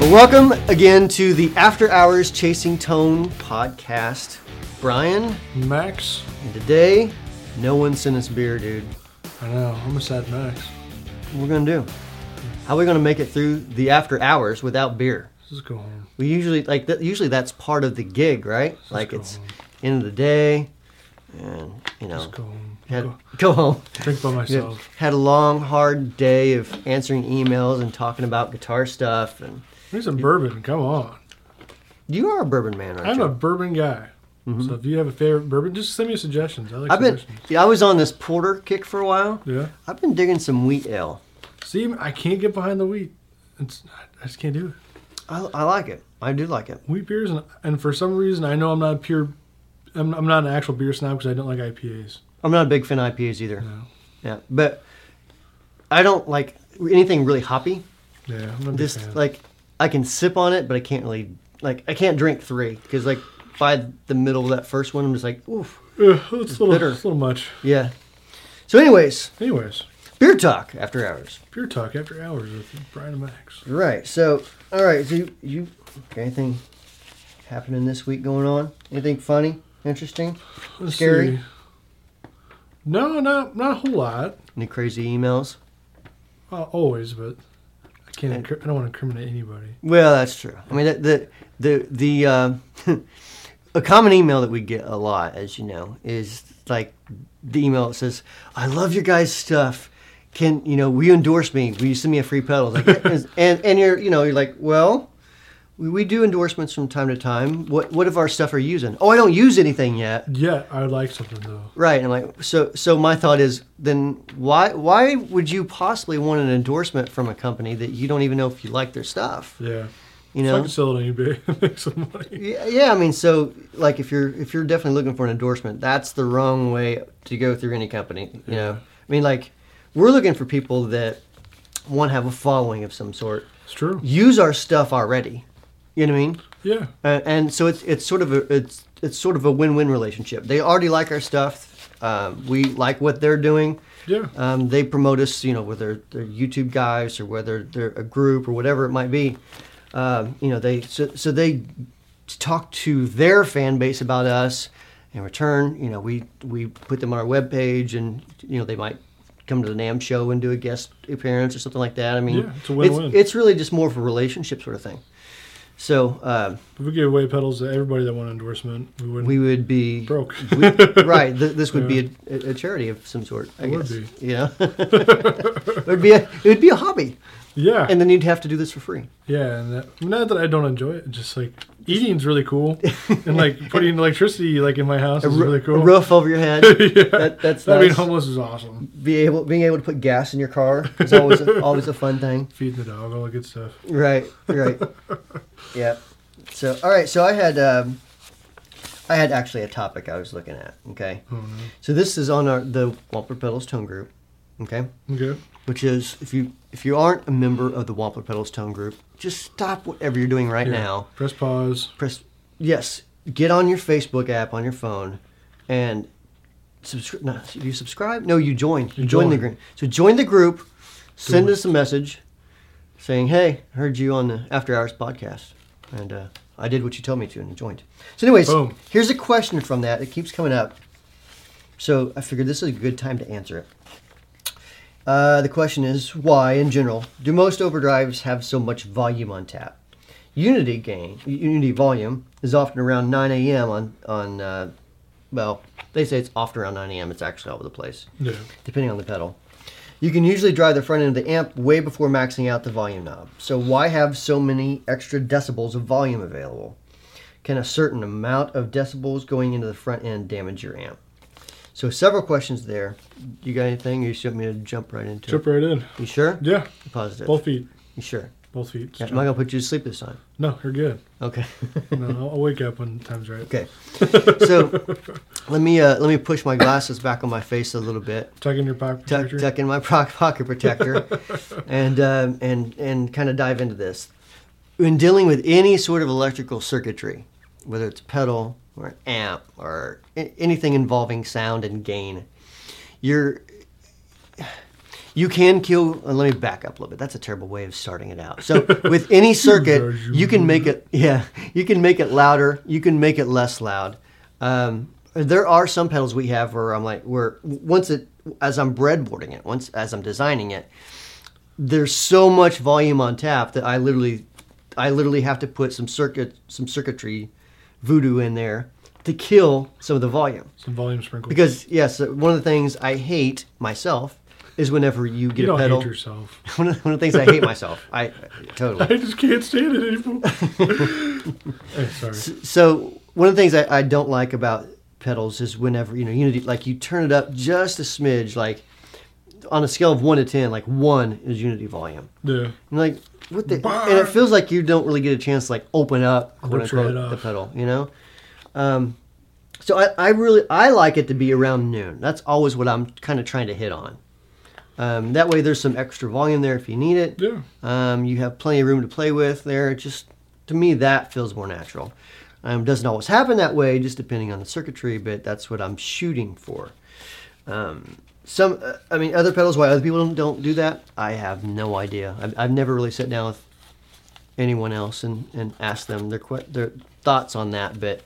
Well, welcome again to the After Hours Chasing Tone podcast. Brian, Max, and today, no one sent us beer, dude. I know, I'm a sad Max. What we're gonna do? How are we gonna make it through the after hours without beer? Let's go home. We usually like that. Usually that's part of the gig, right? like go it's home. end of the day, and you know, Let's go home. had- Go go home. drink by Yeah, myself. Had a long, hard day of answering emails and talking about guitar stuff. And Need some bourbon. Come on. you are a bourbon man, aren't I'm you? a bourbon guy. So if you have a favorite bourbon, just send me suggestions. I like I've been. suggestions. Yeah, Mm-hmm. I was on this porter kick for a while. Yeah. I've been digging some wheat ale. See, I can't get behind the wheat. It's, I just can't do it. I, I like it. I do like it. Wheat beers, and, and for some reason, I know I'm not a pure. I'm, I'm not an actual beer snob because I don't like IPAs. I'm not a big fan of IPAs either. No. Yeah, but I don't like anything really hoppy. Yeah, I'm not a big Just fan. like I can sip on it, but I can't really like I can't drink three because like by the middle of that first one, I'm just like oof. Ugh, it's, a little, bitter. it's a little much. Yeah. So, anyways, Anyways, beer talk after hours. Pure Talk after hours with Brian and Max. Right. So, all right. So you, you got anything happening this week going on? Anything funny, interesting? Let's Scary? see. No, not not a whole lot. Any crazy emails? Uh, always, but I can't. And- incri- I don't want to incriminate anybody. Well, that's true. I mean, the the the, the uh, a common email that we get a lot, as you know, is like the email that says, "I love your guys' stuff. Can you know? Will you endorse me? Will you send me a free pedal?" Like, and and you're you know you're like, well. We, we do endorsements from time to time. What what of our stuff are you using? Oh, I don't use anything yet. Yeah, I would like something though. Right. And I'm like, so so my thought is then why why would you possibly want an endorsement from a company that you don't even know if you like their stuff? Yeah, You so I know. can sell it on eBay, make some money. Yeah, yeah, I mean, so like if you're if you're definitely looking for an endorsement, that's the wrong way to go through any company. You know, I mean, like we're looking for people that one have a following of some sort, It's true. use our stuff already. You know what I mean? Yeah, Uh, and so it's it's sort of a it's it's sort of a win-win relationship. They already like our stuff. Um, we like what they're doing. yeah. Um, they promote us, you know, whether they're YouTube guys or whether they're a group or whatever it might be. Um, you know, they so, so they talk to their fan base about us. In return, you know, we we put them on our webpage, and you know, they might come to the NAM show and do a guest appearance or something like that. I mean, Yeah, it's a win-win. It's, it's really just more of a relationship sort of thing. So uh, If we gave away pedals to everybody that won endorsement, we wouldn't. we would be Broke. we- right. Th- this would be a, a charity of some sort. I It would guess. Yeah. it would be a it would be a hobby, yeah, and then you'd have to do this for free. yeah. And that, not that I don't enjoy it, just like eating's really cool, and like putting electricity like in my house is Ru- really cool. A roof over your head. Yeah. that, that's I mean, nice. homeless is awesome. Be able being able to put gas in your car is always a, always a fun thing. Feeding the dog, all the good stuff. Right. Right. yeah. So all right. So I had um, I had actually a topic I was looking at. Okay. Oh no. So this is on our the Wampler Pedals Tone Group. Okay. Okay. which is if you if you aren't a member of the Wampler Pedals Tone Group, just stop whatever you're doing right Yeah. now. Press pause. Press yes. Get on your Facebook app on your phone, and subscribe. No, you subscribe? No, you join. You, You join, the join. group. So join the group. Send Do it. us a message saying, "Hey, I heard you on the After Hours podcast, and uh, I did what you told me to, and I joined." So, anyways, Boom. here's a question from that. It keeps coming up. So I figured this is a good time to answer it. Uh, the question is why, in general, do most overdrives have so much volume on tap? Unity gain, Unity volume is often around 9 a.m. on on. Uh, well, they say it's often around 9 a.m. It's actually all over the place, Yeah. depending on the pedal. You can usually drive the front end of the amp way before maxing out the volume knob. So why have so many extra decibels of volume available? Can a certain amount of decibels going into the front end damage your amp? So several questions there. You got anything? You just want me to jump right into Jump right in. it? You sure? Yeah. You Positive. Both feet. You sure? Both feet. Yeah, am I gonna put you to sleep this time? No, you're good. Okay. No, I'll, I'll wake up when time's right. okay. So let me uh, let me push my glasses back on my face a little bit. Tuck in your pocket tuck, protector. tuck in my pro- pocket protector and um, and and kind of dive into this when dealing with any sort of electrical circuitry whether it's pedal or an amp or a- anything involving sound and gain you're you can kill. uh, let me back up a little bit. That's a terrible way of starting it out. So with any circuit, you can make it. Yeah, you can make it louder. You can make it less loud. Um, there are some pedals we have where I'm like, where once it, as I'm breadboarding it, once as I'm designing it, there's so much volume on tap that I literally, I literally have to put some circuit, some circuitry, voodoo in there to kill some of the volume. Some volume sprinkle. Because yes, one of the things I hate myself is whenever you get you a don't pedal. hate yourself. one, of, one of the things I hate myself. I I totally. just can't stand it anymore. Hey, sorry. So one of the things I, I don't like about pedals is whenever you know Unity, like you turn it up just a smidge, like on a scale of one to ten, like one is Unity volume. Yeah. And like what the, and it feels like you don't really get a chance to like open up quote Rip your unquote, head the off. pedal, you know. Um, so I, I really I like it to be around noon. That's always what I'm kind of trying to hit on. Um, that way, there's some extra volume there if you need it. Yeah. Um, you have plenty of room to play with there. It just to me that feels more natural. Um, doesn't always happen that way, just depending on the circuitry, but that's what I'm shooting for. Um, some, uh, I mean, other pedals. Why other people don't, don't do that? I have no idea. I've, I've never really sat down with anyone else and, and asked them their que- their thoughts on that. But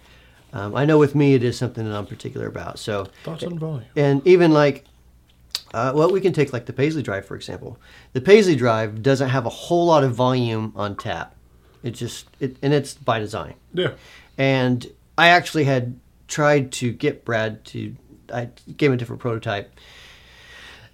um, I know with me, it is something that I'm particular about. So Thoughts on volume. and even like, uh, well, we can take like the Paisley Drive for example. The Paisley Drive doesn't have a whole lot of volume on tap. It just it and it's by design. Yeah. And I actually had tried to get Brad to. I gave him a different prototype,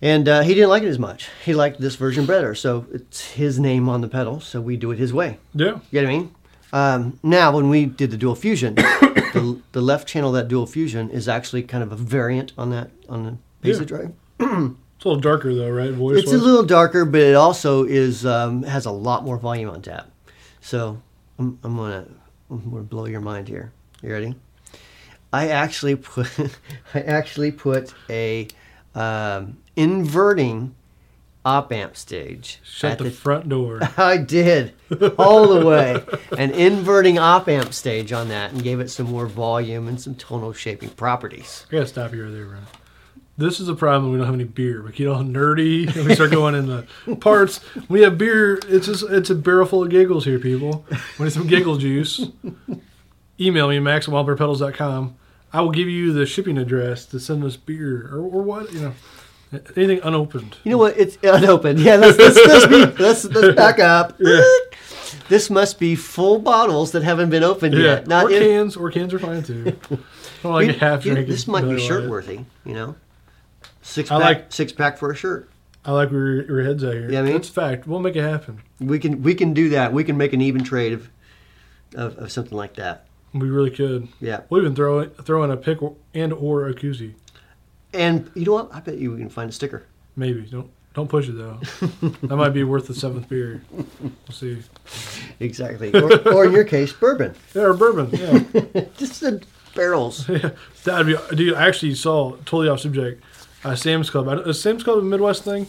and uh, he didn't like it as much. He liked this version better. So it's his name on the pedal. So we do it his way. Yeah. You know what I mean? Um, now, when we did the dual fusion, the, the left channel of that dual fusion is actually kind of a variant on that on the Paisley Yeah. drive. It's a little darker though, right? Voice. It's a little darker, but it also is um, has a lot more volume on tap. So I'm, I'm gonna I'm gonna blow your mind here. You ready? I actually put I actually put a um, inverting op amp stage Shut at the, front door. I did all the way an inverting op amp stage on that and gave it some more volume and some tonal shaping properties. I gotta stop you right there, Brian. This is a problem. We don't have any beer. We get all nerdy and we start going in the parts. We have beer. It's just it's a barrel full of giggles here, people. We need some giggle juice. Email me maxwellperpedals.com. I will give you the shipping address to send us beer or, or what you know, anything unopened. You know what? It's unopened. Yeah, let's let's let's, be, let's, let's back up. This must be full bottles that haven't been opened Yeah, yet. Not or in- cans or cans are fine too. I don't like you- a half you- drink. This and might be Miller Lite. shirt worthy. You know, six I pack like- six pack for a shirt. I like where your your heads at here. Yeah, I mean- that's fact. We'll make it happen. We can we can do that. We can make an even trade of of, of something like that. We really could. Yeah. We'll even throw it, throw in a pick or- and or a koozie. And you know what? I bet you we can find a sticker. Maybe don't don't push it though. that might be worth the seventh beer. We'll see. Exactly. Or, or in your case, bourbon. Yeah, or bourbon. Yeah, Just the barrels. that'd be. Dude, I actually saw totally off subject. Uh, Sam's Club. I, don't- is Sam's Club a Midwest thing?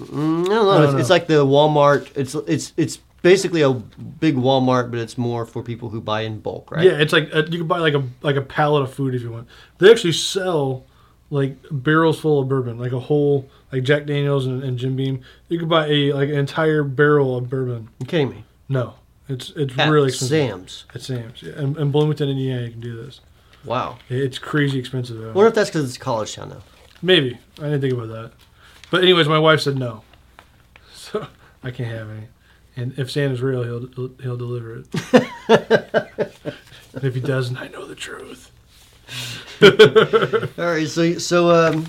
Mm, No, no, it's, no. it's like the Walmart. It's it's it's basically a big Walmart, but it's more for people who buy in bulk, right? Yeah, it's like uh you can buy like a like a pallet of food if you want. They actually sell like barrels full of bourbon, like a whole like Jack Daniels and, and Jim Beam. You could buy a like an entire barrel of bourbon. You kidding me? No, it's it's At really expensive. Sam's. At Sam's, yeah. In, in Bloomington, Indiana, you can do this. Wow. It's crazy expensive though. I wonder if that's because it's a college town though. Maybe I didn't think about that. But anyways, my wife said no, so I can't have any. And if Santa's real, he'll he'll deliver it. and if he doesn't, I know the truth. All right, so so um,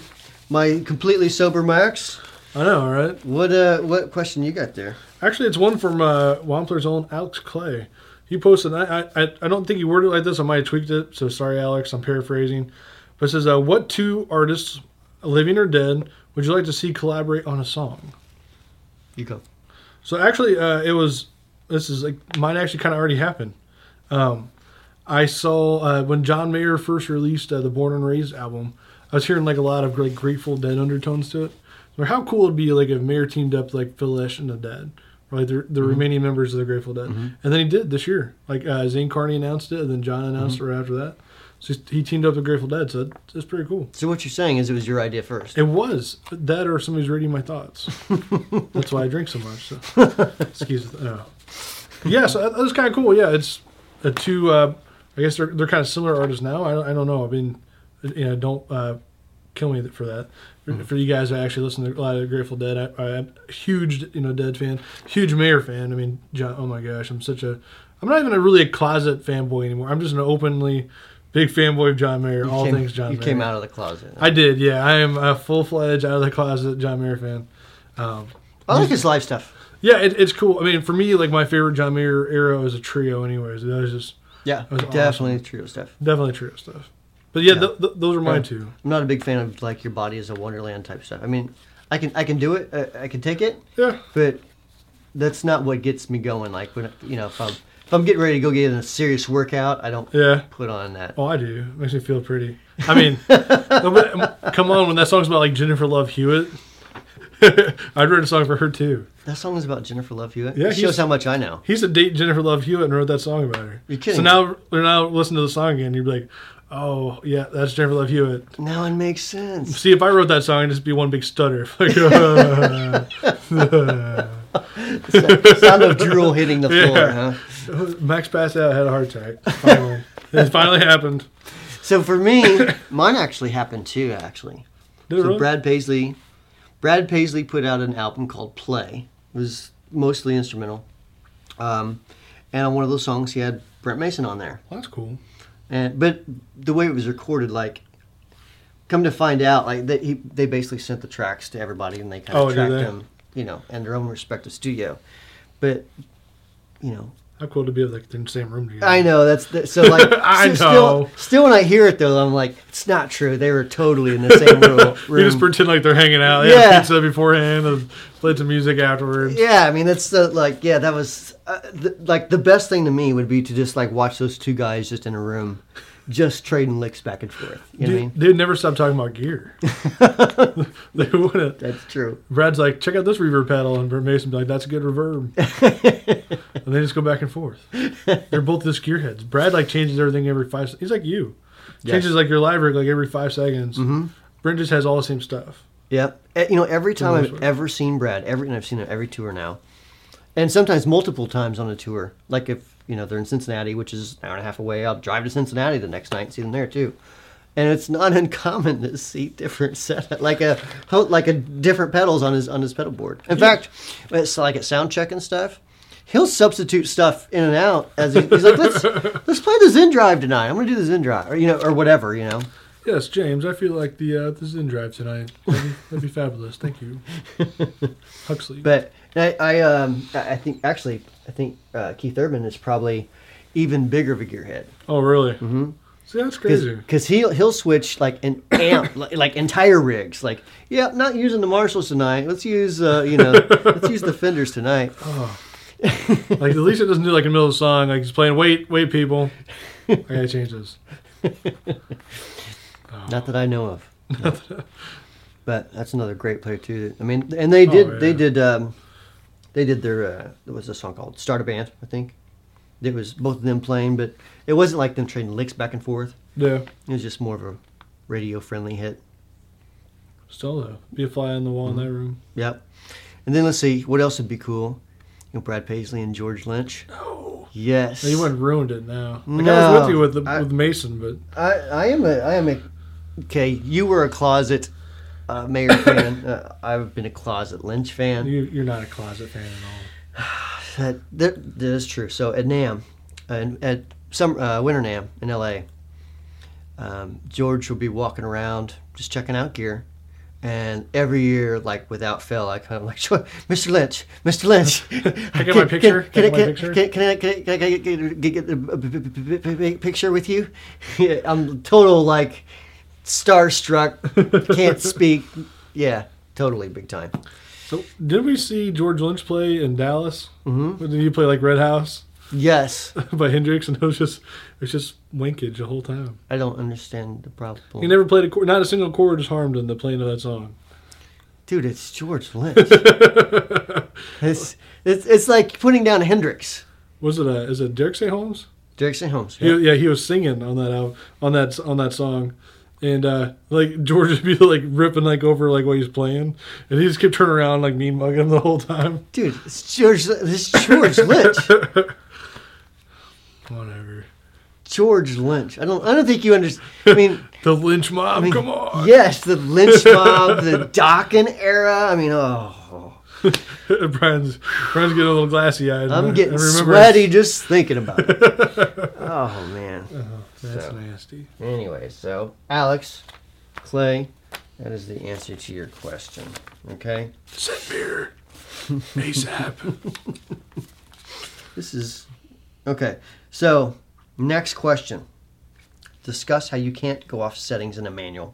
my completely sober Max. I know, all right. What uh, what question you got there? Actually, it's one from uh, Wampler's own Alex Clay. He posted, I, I, I don't think he worded it like this. I might have tweaked it. So sorry, Alex. I'm paraphrasing. But it says, uh, What two artists, living or dead, would you like to see collaborate on a song? You go. So actually, uh, it was, this is like, mine actually kind of already happened. Um, I saw uh, when John Mayer first released uh, the Born and Raised album, I was hearing like a lot of like Grateful Dead undertones to it. So how cool it'd be like if Mayer teamed up like Phil Lesh and the Dead, right? The, the remaining members of the Grateful Dead, and then he did this year. Like uh, Zane Carney announced it, and then John announced it right after that. So he teamed up with Grateful Dead, so that's, that's pretty cool. So what you're saying is it was your idea first. It was that, or somebody's reading my thoughts. that's why I drink so much. So. Excuse me. No. Yeah, so that that was kind of cool. Yeah, it's a two. Uh, I guess they're they're kind of similar artists now. I don't, I don't know. I mean, you know, don't uh, kill me for that. For, Hmm. for you guys, I actually listen to a lot of Grateful Dead. I, I'm a huge, you know, Dead fan, huge Mayer fan. I mean, John, oh my gosh, I'm such a. I'm not even a really a closet fanboy anymore. I'm just an openly big fanboy of John Mayer. all came, things John. You Mayer. came out of the closet. I I, did, yeah. I am a full fledged out of the closet John Mayer fan. Um, like his live stuff. yeah, it, it's cool. I mean, for me, like my favorite John Mayer era was a trio, anyways. That was just Yeah, was definitely trio stuff. definitely trio stuff. But yeah, Yeah. Th- th- those are my Yeah. two. I'm not a big fan of like your body is a wonderland type stuff. I mean, I can I can do it. Uh, I can take it, Yeah, but that's not what gets me going. Like when you know if I'm if I'm getting ready to go get in a serious workout, I don't yeah. put on that. Oh, I do. Makes me feel pretty. I mean, no, but, um, come on, when that song's about like Jennifer Love Hewitt, I'd write a song for her too. That song is about Jennifer Love Hewitt. Yeah, it he's- shows how much I know. He used to date Jennifer Love Hewitt and wrote that song about her. You're kidding So me. now, now listen to the song again. You'd be like, oh yeah, that's Jennifer Love Hewitt. Now it makes sense. See, if I wrote that song, it'd just be one big stutter. Like, uh, Sound of drool hitting the floor, Yeah. huh? Max passed out, had a heart attack. Finally. it finally happened. So for me, mine actually happened too. Actually, Did it so really? Brad Paisley, Brad Paisley put out an album called Play. It was mostly instrumental, um, and on one of those songs, he had Brent Mason on there. Well, that's cool. And but the way it was recorded, like, come to find out, like they he, they basically sent the tracks to everybody, and they kind Oh, of did tracked they? them, you know, in their own respective studio. But you know, How cool to be like in the same room together. I know that's the, so like I so know. Still, still, when I hear it though, I'm like, it's not true. They were totally in the same room. You just pretend like they're hanging out. They Yeah. had pizza beforehand and played some music afterwards. yeah, I mean that's the like yeah that was uh, th- like the best thing to me would be to just like watch those two guys just in a room, just trading licks back and forth. You know what I Dude, mean? dude never stopped talking about gear. they wouldn't. That's true. Brad's like, check out this reverb pedal, and Brent Mason be like, that's a good reverb. and they just go back and forth. They're both just gearheads. Brad like changes everything every five. se- He's like you, Yes. changes like your live rig like every five seconds. Brent just has all the same stuff. Yep. Eh, You know, every time most I've part. ever seen Brad, every and I've seen him every tour now, and sometimes multiple times on a tour. Like if you know they're in Cincinnati, which is an hour and a half away, I'll drive to Cincinnati the next night and see them there too. And it's not uncommon to see different set, like a ho- like a different pedals on his on his pedal board. In fact, it's like at sound check and stuff. He'll substitute stuff in and out as he, he's like, let's let's play the Zen Drive tonight. I'm gonna do the Zen Drive, or you know, or whatever, you know. Yes, James, I feel like the uh, the Zen drive tonight. That'd be, that'd be fabulous. Thank you, Huxley. But I, I, um, I I think actually, I think uh, Keith Urban is probably even bigger of a gearhead oh, really? Mm-hmm. See, that's crazy. because he'll he'll switch like an amp, like, like entire rigs. Like, yeah, I'm not using the Marshalls tonight. Let's use uh, you know, let's use the Fenders tonight. Like at least it doesn't do like in the middle of the song, like he's playing wait, wait people. I gotta change this. Not that I know of. No. but that's another great play too. I mean, and they did yeah. they did um, they did their uh, there was a song called "Start a Band," I think. It was both of them playing, but it wasn't like them trading licks back and forth. Yeah. It was just more of a radio friendly hit. Still though. Be a fly on the wall in that room. Yep. And then let's see, what else would be cool? You know, Brad Paisley and George Lynch. No. Yes. You went and ruined it now. Like I was No. with you with the, I- with Mason, but I, I am a I am a okay. You were a closet uh, Mayor fan. Uh, I've been a closet Lynch fan. you you're not a closet fan at That, that that is true. So at Nam, and uh, at some uh, Winter Nam in L.A., um, George will be walking around just checking out gear. And every year, like without fail, I kind of like, Mr. Lynch, Mr. Lynch. all. Can I get my picture? Can, Can, I can, get my can, picture? can, can I can I, can I get, get, get, get a b- b- b- b- b- picture with you? Yeah, I'm total like starstruck, can't speak. Yeah, totally big time. so did we see George Lynch play in Dallas? Mm-hmm. Did you play like Red House Yes, by Hendrix? And it was just it was just winkage the whole time. I don't understand the He problem, never played a chord not a single chord is harmed in the playing of that song. dude. It's George Lynch. it's, it's it's like putting down Hendrix. Was it a is it Derek St. Holmes? Dirksen Holmes. He, yeah, he was singing on that album, on that on that song, and uh, like George would be like ripping like over like what he's playing, and he just kept turning around like mean mugging him the whole time. Dude, it's George, this is George Lynch. Whatever. George Lynch. I don't. I don't think you understand. I mean, The lynch mob, I mean, come on! Yes, the lynch mob, the Dawkins era. I mean, oh, Brian's Brian's getting a little glassy eyed. I'm getting sweaty just thinking about it. oh man. That's So. nasty. Anyway, so Alex, Clay, that is the answer to your question. Okay, Send beer ASAP. this is okay. So next question: Discuss how you can't go off settings in a manual,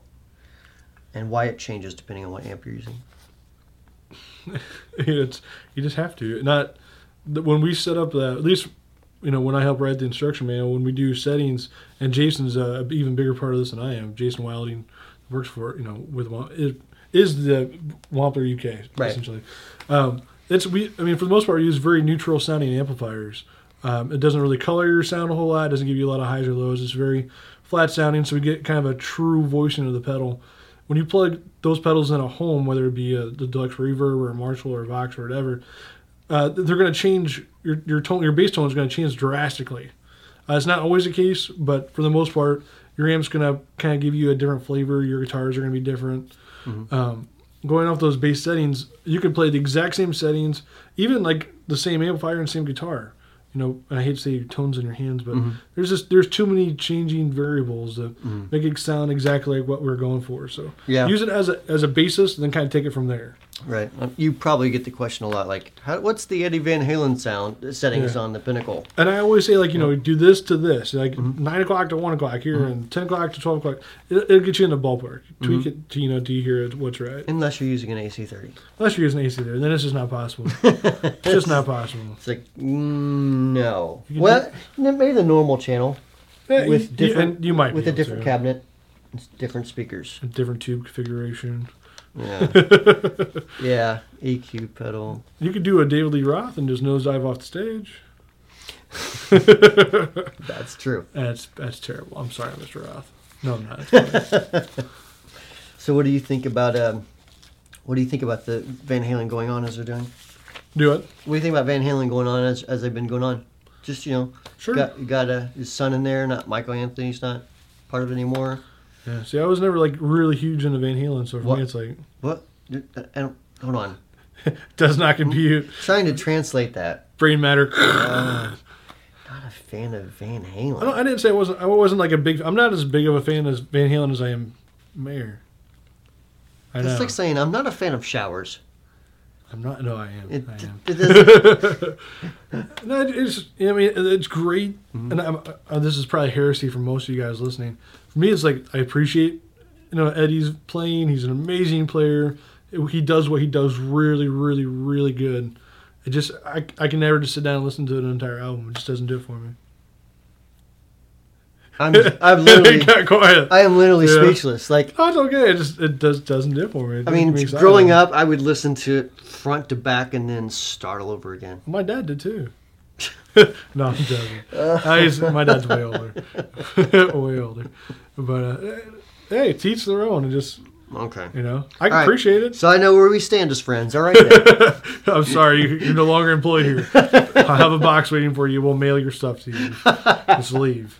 and why it changes depending on what amp you're using. it's you just have to not th- when we set up that at least you know when i help write the instruction manual when we do settings and jason's a b- even bigger part of this than i am jason wilding works for you know with Wa- is, is the wampler uk Right. essentially um, it's we i mean for the most part we use very neutral sounding amplifiers um, it doesn't really color your sound a whole lot it doesn't give you a lot of highs or lows it's very flat sounding so we get kind of a true voicing of the pedal when you plug those pedals in a home, whether it be a, the Deluxe Reverb or a Marshall or a Vox or whatever, uh, they're going to change your your tone. Your bass tone is going to change drastically. Uh, it's not always the case, but for the most part, your amp's going to kind of give you a different flavor. Your guitars are going to be different. Um, going off those bass settings, you can play the exact same settings, even like the same amplifier and same guitar. You know, and I hate to say tones in your hands, but there's just there's too many changing variables to make it sound exactly like what we're going for. So Yeah. use it as a as a basis, and then kind of take it from there. Right. Um, You probably get the question a lot, like, how, what's the Eddie Van Halen sound uh, settings Yeah. on the Pinnacle? And I always say, like, you know, Mm-hmm. do this to this, like nine o'clock to one o'clock here, and ten o'clock to twelve o'clock. It, it'll get you in the ballpark. Tweak Mm-hmm. it to you know, do you hear what's right? Unless you're using an AC30. Unless you're using AC there, then it's just not possible. it's just not possible. It's like, mm, no. You Well, n- maybe the normal channel Yeah, you- with you, different and you might be with a able different to. cabinet, it's different speakers. A different tube configuration. Yeah. yeah. EQ pedal. You could do a David Lee Roth and just nosedive off the stage. That's true. That's that's terrible. I'm sorry, Mr. Roth. No, I'm not. It's fine. So, what do you think about um, what do you think about the Van Halen going on as they're doing? do it. What do you think about Van Halen going on as, as they've been going on? Just you know, Sure. got got uh, his son in there. Not Michael Anthony's not part of it anymore. Yeah. See, I was never like really huge into Van Halen, so for What? me, it's like What? I don't, hold on. does not compute. Trying to translate that. Brain matter. Not a fan of Van I, don't, Halen. I didn't say I wasn't. I wasn't like a big. I'm not as big of a fan as Van Halen as I am Mayer. I know. That's like saying I'm not a fan of showers. I'm not. No, I am. It, I am. it doesn't. No, it- it's. I mean, it's great. Mm-hmm. And I'm, uh, this is probably heresy for most of you guys listening. For me, it's like I appreciate. You know, Eddie's playing. He's an amazing player. He does what he does really, really, really good. It just I, I can never just sit down and listen to an entire album. It just doesn't do it for me. I'm, I'm literally, it got quiet. I am literally Yeah. speechless. Like, Oh, it's okay. It just it does doesn't do it for me. It I doesn't mean, get me excited. growing up, I would listen to it front to back and then start all over again. My dad did too. Uh. no, I'm joking. I used, my dad's way older, way older. But uh, hey, teach their own, and just Okay. you know, I right. appreciate it. So I know where we stand as friends. All right. Then. I'm sorry, you, you're no longer employed here. I have a box waiting for you. We'll mail your stuff to you. Just leave.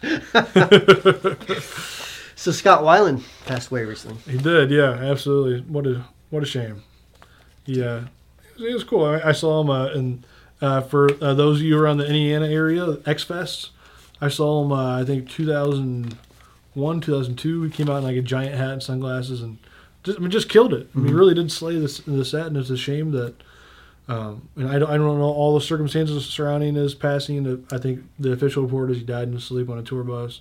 so Scott Weiland passed away recently. He did, yeah, absolutely. What a what a shame. Yeah, it was, it was cool. I, I saw him, uh, and uh, for uh, those of you around the Indiana area, X Fest, I saw him. Uh, I think 2001, 2002. He came out in like a giant hat and sunglasses, and just I mean, just killed it. I Mm-hmm. mean, he really did slay this the set, and it's a shame that. Um, and I don't, I don't know all the circumstances surrounding his passing. I think the official report is he died in his sleep on a tour bus.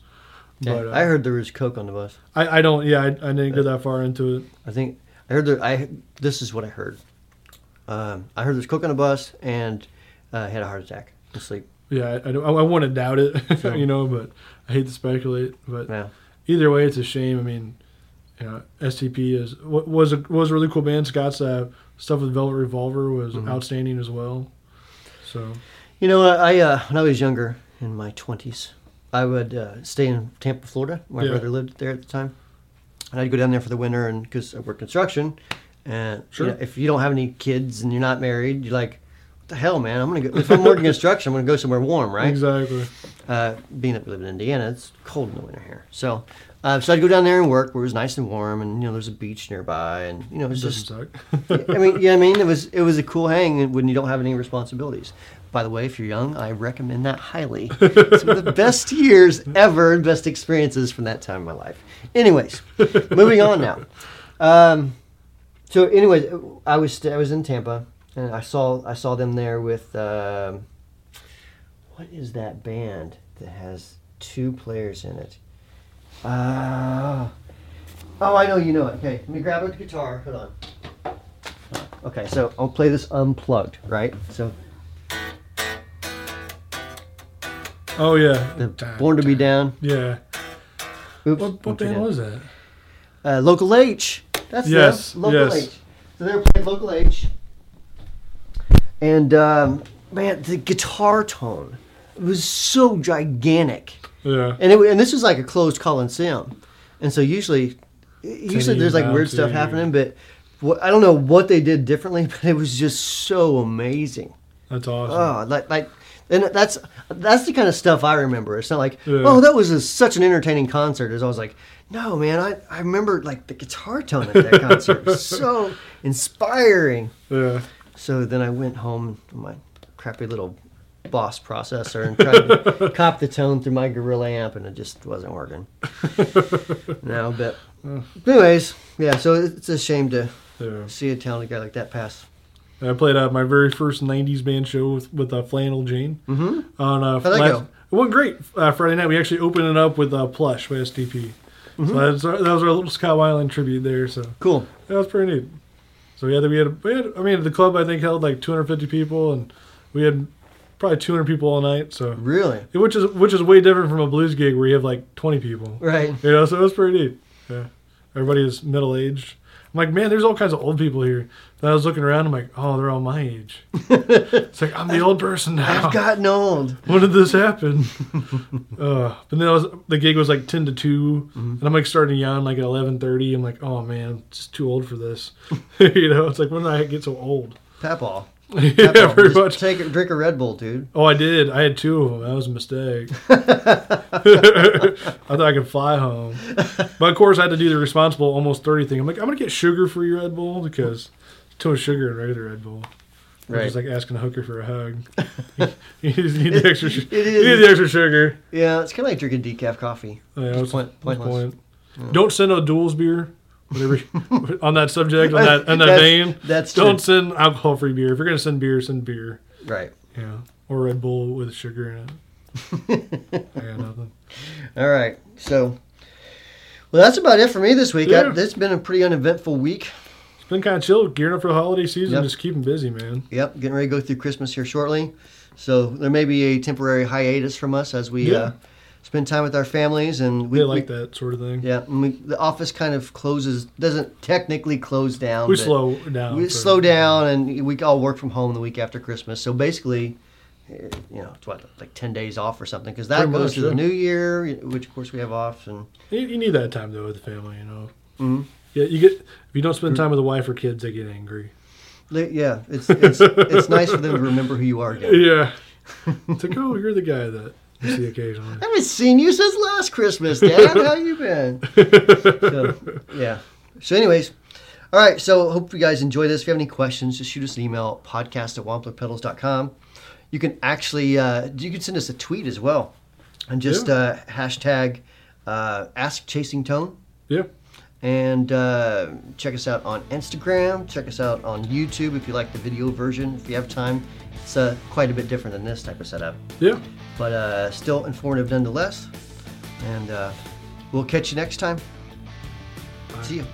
But uh, I heard Uh, there was coke on the bus. I, I don't. Yeah, I, I didn't get that far into it. I think I heard that I this is what I heard. Um, I heard there's coke on the bus and uh, had a heart attack in sleep. Yeah, I, I, don't- I want to doubt it, Sure. you know, but I hate to speculate. But Yeah. either way, it's a shame. I mean, you know, STP is wa- was a, was a really cool band. Scott's uh, stuff with Velvet Revolver was Mm-hmm. outstanding as well. So You know, I uh, when I was younger in my twenties, I would uh, stay in Tampa, Florida. My Yeah. brother lived there at the time, and I'd go down there for the winter, and because I work construction, and you Sure. know, if you don't have any kids and you're not married, you're like, what the hell, man? I'm gonna go. If I'm working construction, I'm gonna go somewhere warm, right? Exactly. uh, being that we live in Indiana, it's cold in the winter here. So, uh, so I'd go down there and work where it was nice and warm, and you know, there's a beach nearby, and you know, it's Doesn't just. suck. I mean, yeah, I mean, it was it was a cool hang when you don't have any responsibilities. By the way, if you're young, I recommend that highly. It's one of the best years ever, and best experiences from that time in my life. Anyways, moving on now. Um, so, anyways, I was I was in Tampa, and I saw I saw them there with um, what is that band that has two players in it? Uh, oh, I know you know it. Okay, let me grab a guitar. Hold on. Okay, so I'll play this unplugged, right? So Oh yeah. the Born to Be Down. Yeah. Oops, What, Born what to Be band Down. was that? Uh, Local H. That's Yes, them. Local yes. H. So they're playing Local H. And um, man, the guitar tone was so gigantic, Yeah. and it, and this was like a closed coliseum, and so usually, usually there's like weird stuff Tennessee. happening, but what, I don't know what they did differently, but it was just so amazing. That's awesome. Oh, like like, and that's that's the kind of stuff I remember. It's not like, Yeah. oh, that was a, such an entertaining concert. As I was like, no, man, I I remember like the guitar tone at that concert. It was so inspiring. yeah. So then I went home with my crappy little boss processor and tried to cop the tone through my Gorilla amp, and it just wasn't working. no, but anyways, yeah. So it's a shame to Yeah. see a talented guy like that pass. I played uh, my very first '90s band show with, with uh, Flannel Jane. Mm-hmm. On uh, that last- go? It went great. Uh, Friday night we actually opened it up with uh, Plush by STP. Mm-hmm. So that's our, that was our little Scott Weiland tribute there. So Cool. that was pretty neat. So yeah, we had, we had I mean the club I think held like 250 people, and we had probably 200 people all night. So Really. which is which is way different from a blues gig where you have like 20 people. Right. You know, so it was pretty neat. Yeah. Everybody is middle aged. I'm like, man, there's all kinds of old people here. Then I was looking around, I'm like, oh, they're all my age. it's like I'm the old person now. I've gotten old. when did this happen? uh, but then I was, the gig was like ten to 2 Mm-hmm. and I'm like starting to yawn like at eleven thirty. I'm like, oh man, I'm just too old for this. you know, it's like when did I get so old? Papal. yeah, pretty Just much. Take a, drink a Red Bull, dude. Oh, I did. I had two of them. That was a mistake. I thought I could fly home, but of course I had to do the responsible almost thirty thing. I'm like, I'm gonna get sugar-free Red Bull because it's too much sugar in regular Red Bull. Right. It's Right. like asking a hooker for a hug. you just need the extra. Su- It is. You need the extra sugar. Yeah, it's kind of like drinking decaf coffee. Yeah, what's- point- what's the pointless. Don't send no duels beer. Whatever you- on that subject, on that on that That's- vein. that's true. don't send alcohol-free beer. If you're gonna send beer, send beer. Right. Yeah, or Red Bull with sugar in it. I got nothing. All right. So, well, that's about it for me this week. I, Yeah. it's been a pretty uneventful week. It's been kind of chill, gearing up for the holiday season, Yep. just keeping busy, man. Yep, getting ready to go through Christmas here shortly. So there may be a temporary hiatus from us as we Yeah. uh, spend time with our families and we We they like we- that sort of thing. Yeah, and we, the office kind of closes, doesn't technically close down. we but- slow down. we Um, for- slow down and we all work from home the week after Christmas. So basically, eh, you know, it's what like ten days off or something because that Pretty goes much, to yeah. the New Year, which of course we have off. And You, you need that time though with the family, you know. Mhm. Yeah, you get if you don't spend time with the wife or kids, they get angry. li- yeah, it's it's, it's nice for them to remember who you are. Again. Yeah, it's like oh, you're the guy that you see occasionally. I haven't seen you since last Christmas, Dad. How you been? So, yeah. So, anyways, all right. So, hope you guys enjoy this. If you have any questions, just shoot us an email podcast at wamplupedals.com. You can actually uh, you can send us a tweet as well, and just Yeah. uh, hashtag uh, ask chasing tone. Yeah, And uh, check us out on Instagram. Check us out on YouTube if you like the video version. If you have time, it's uh, quite a bit different than this type of setup yeah. but uh, still informative nonetheless. And uh, we'll catch you next time. See you.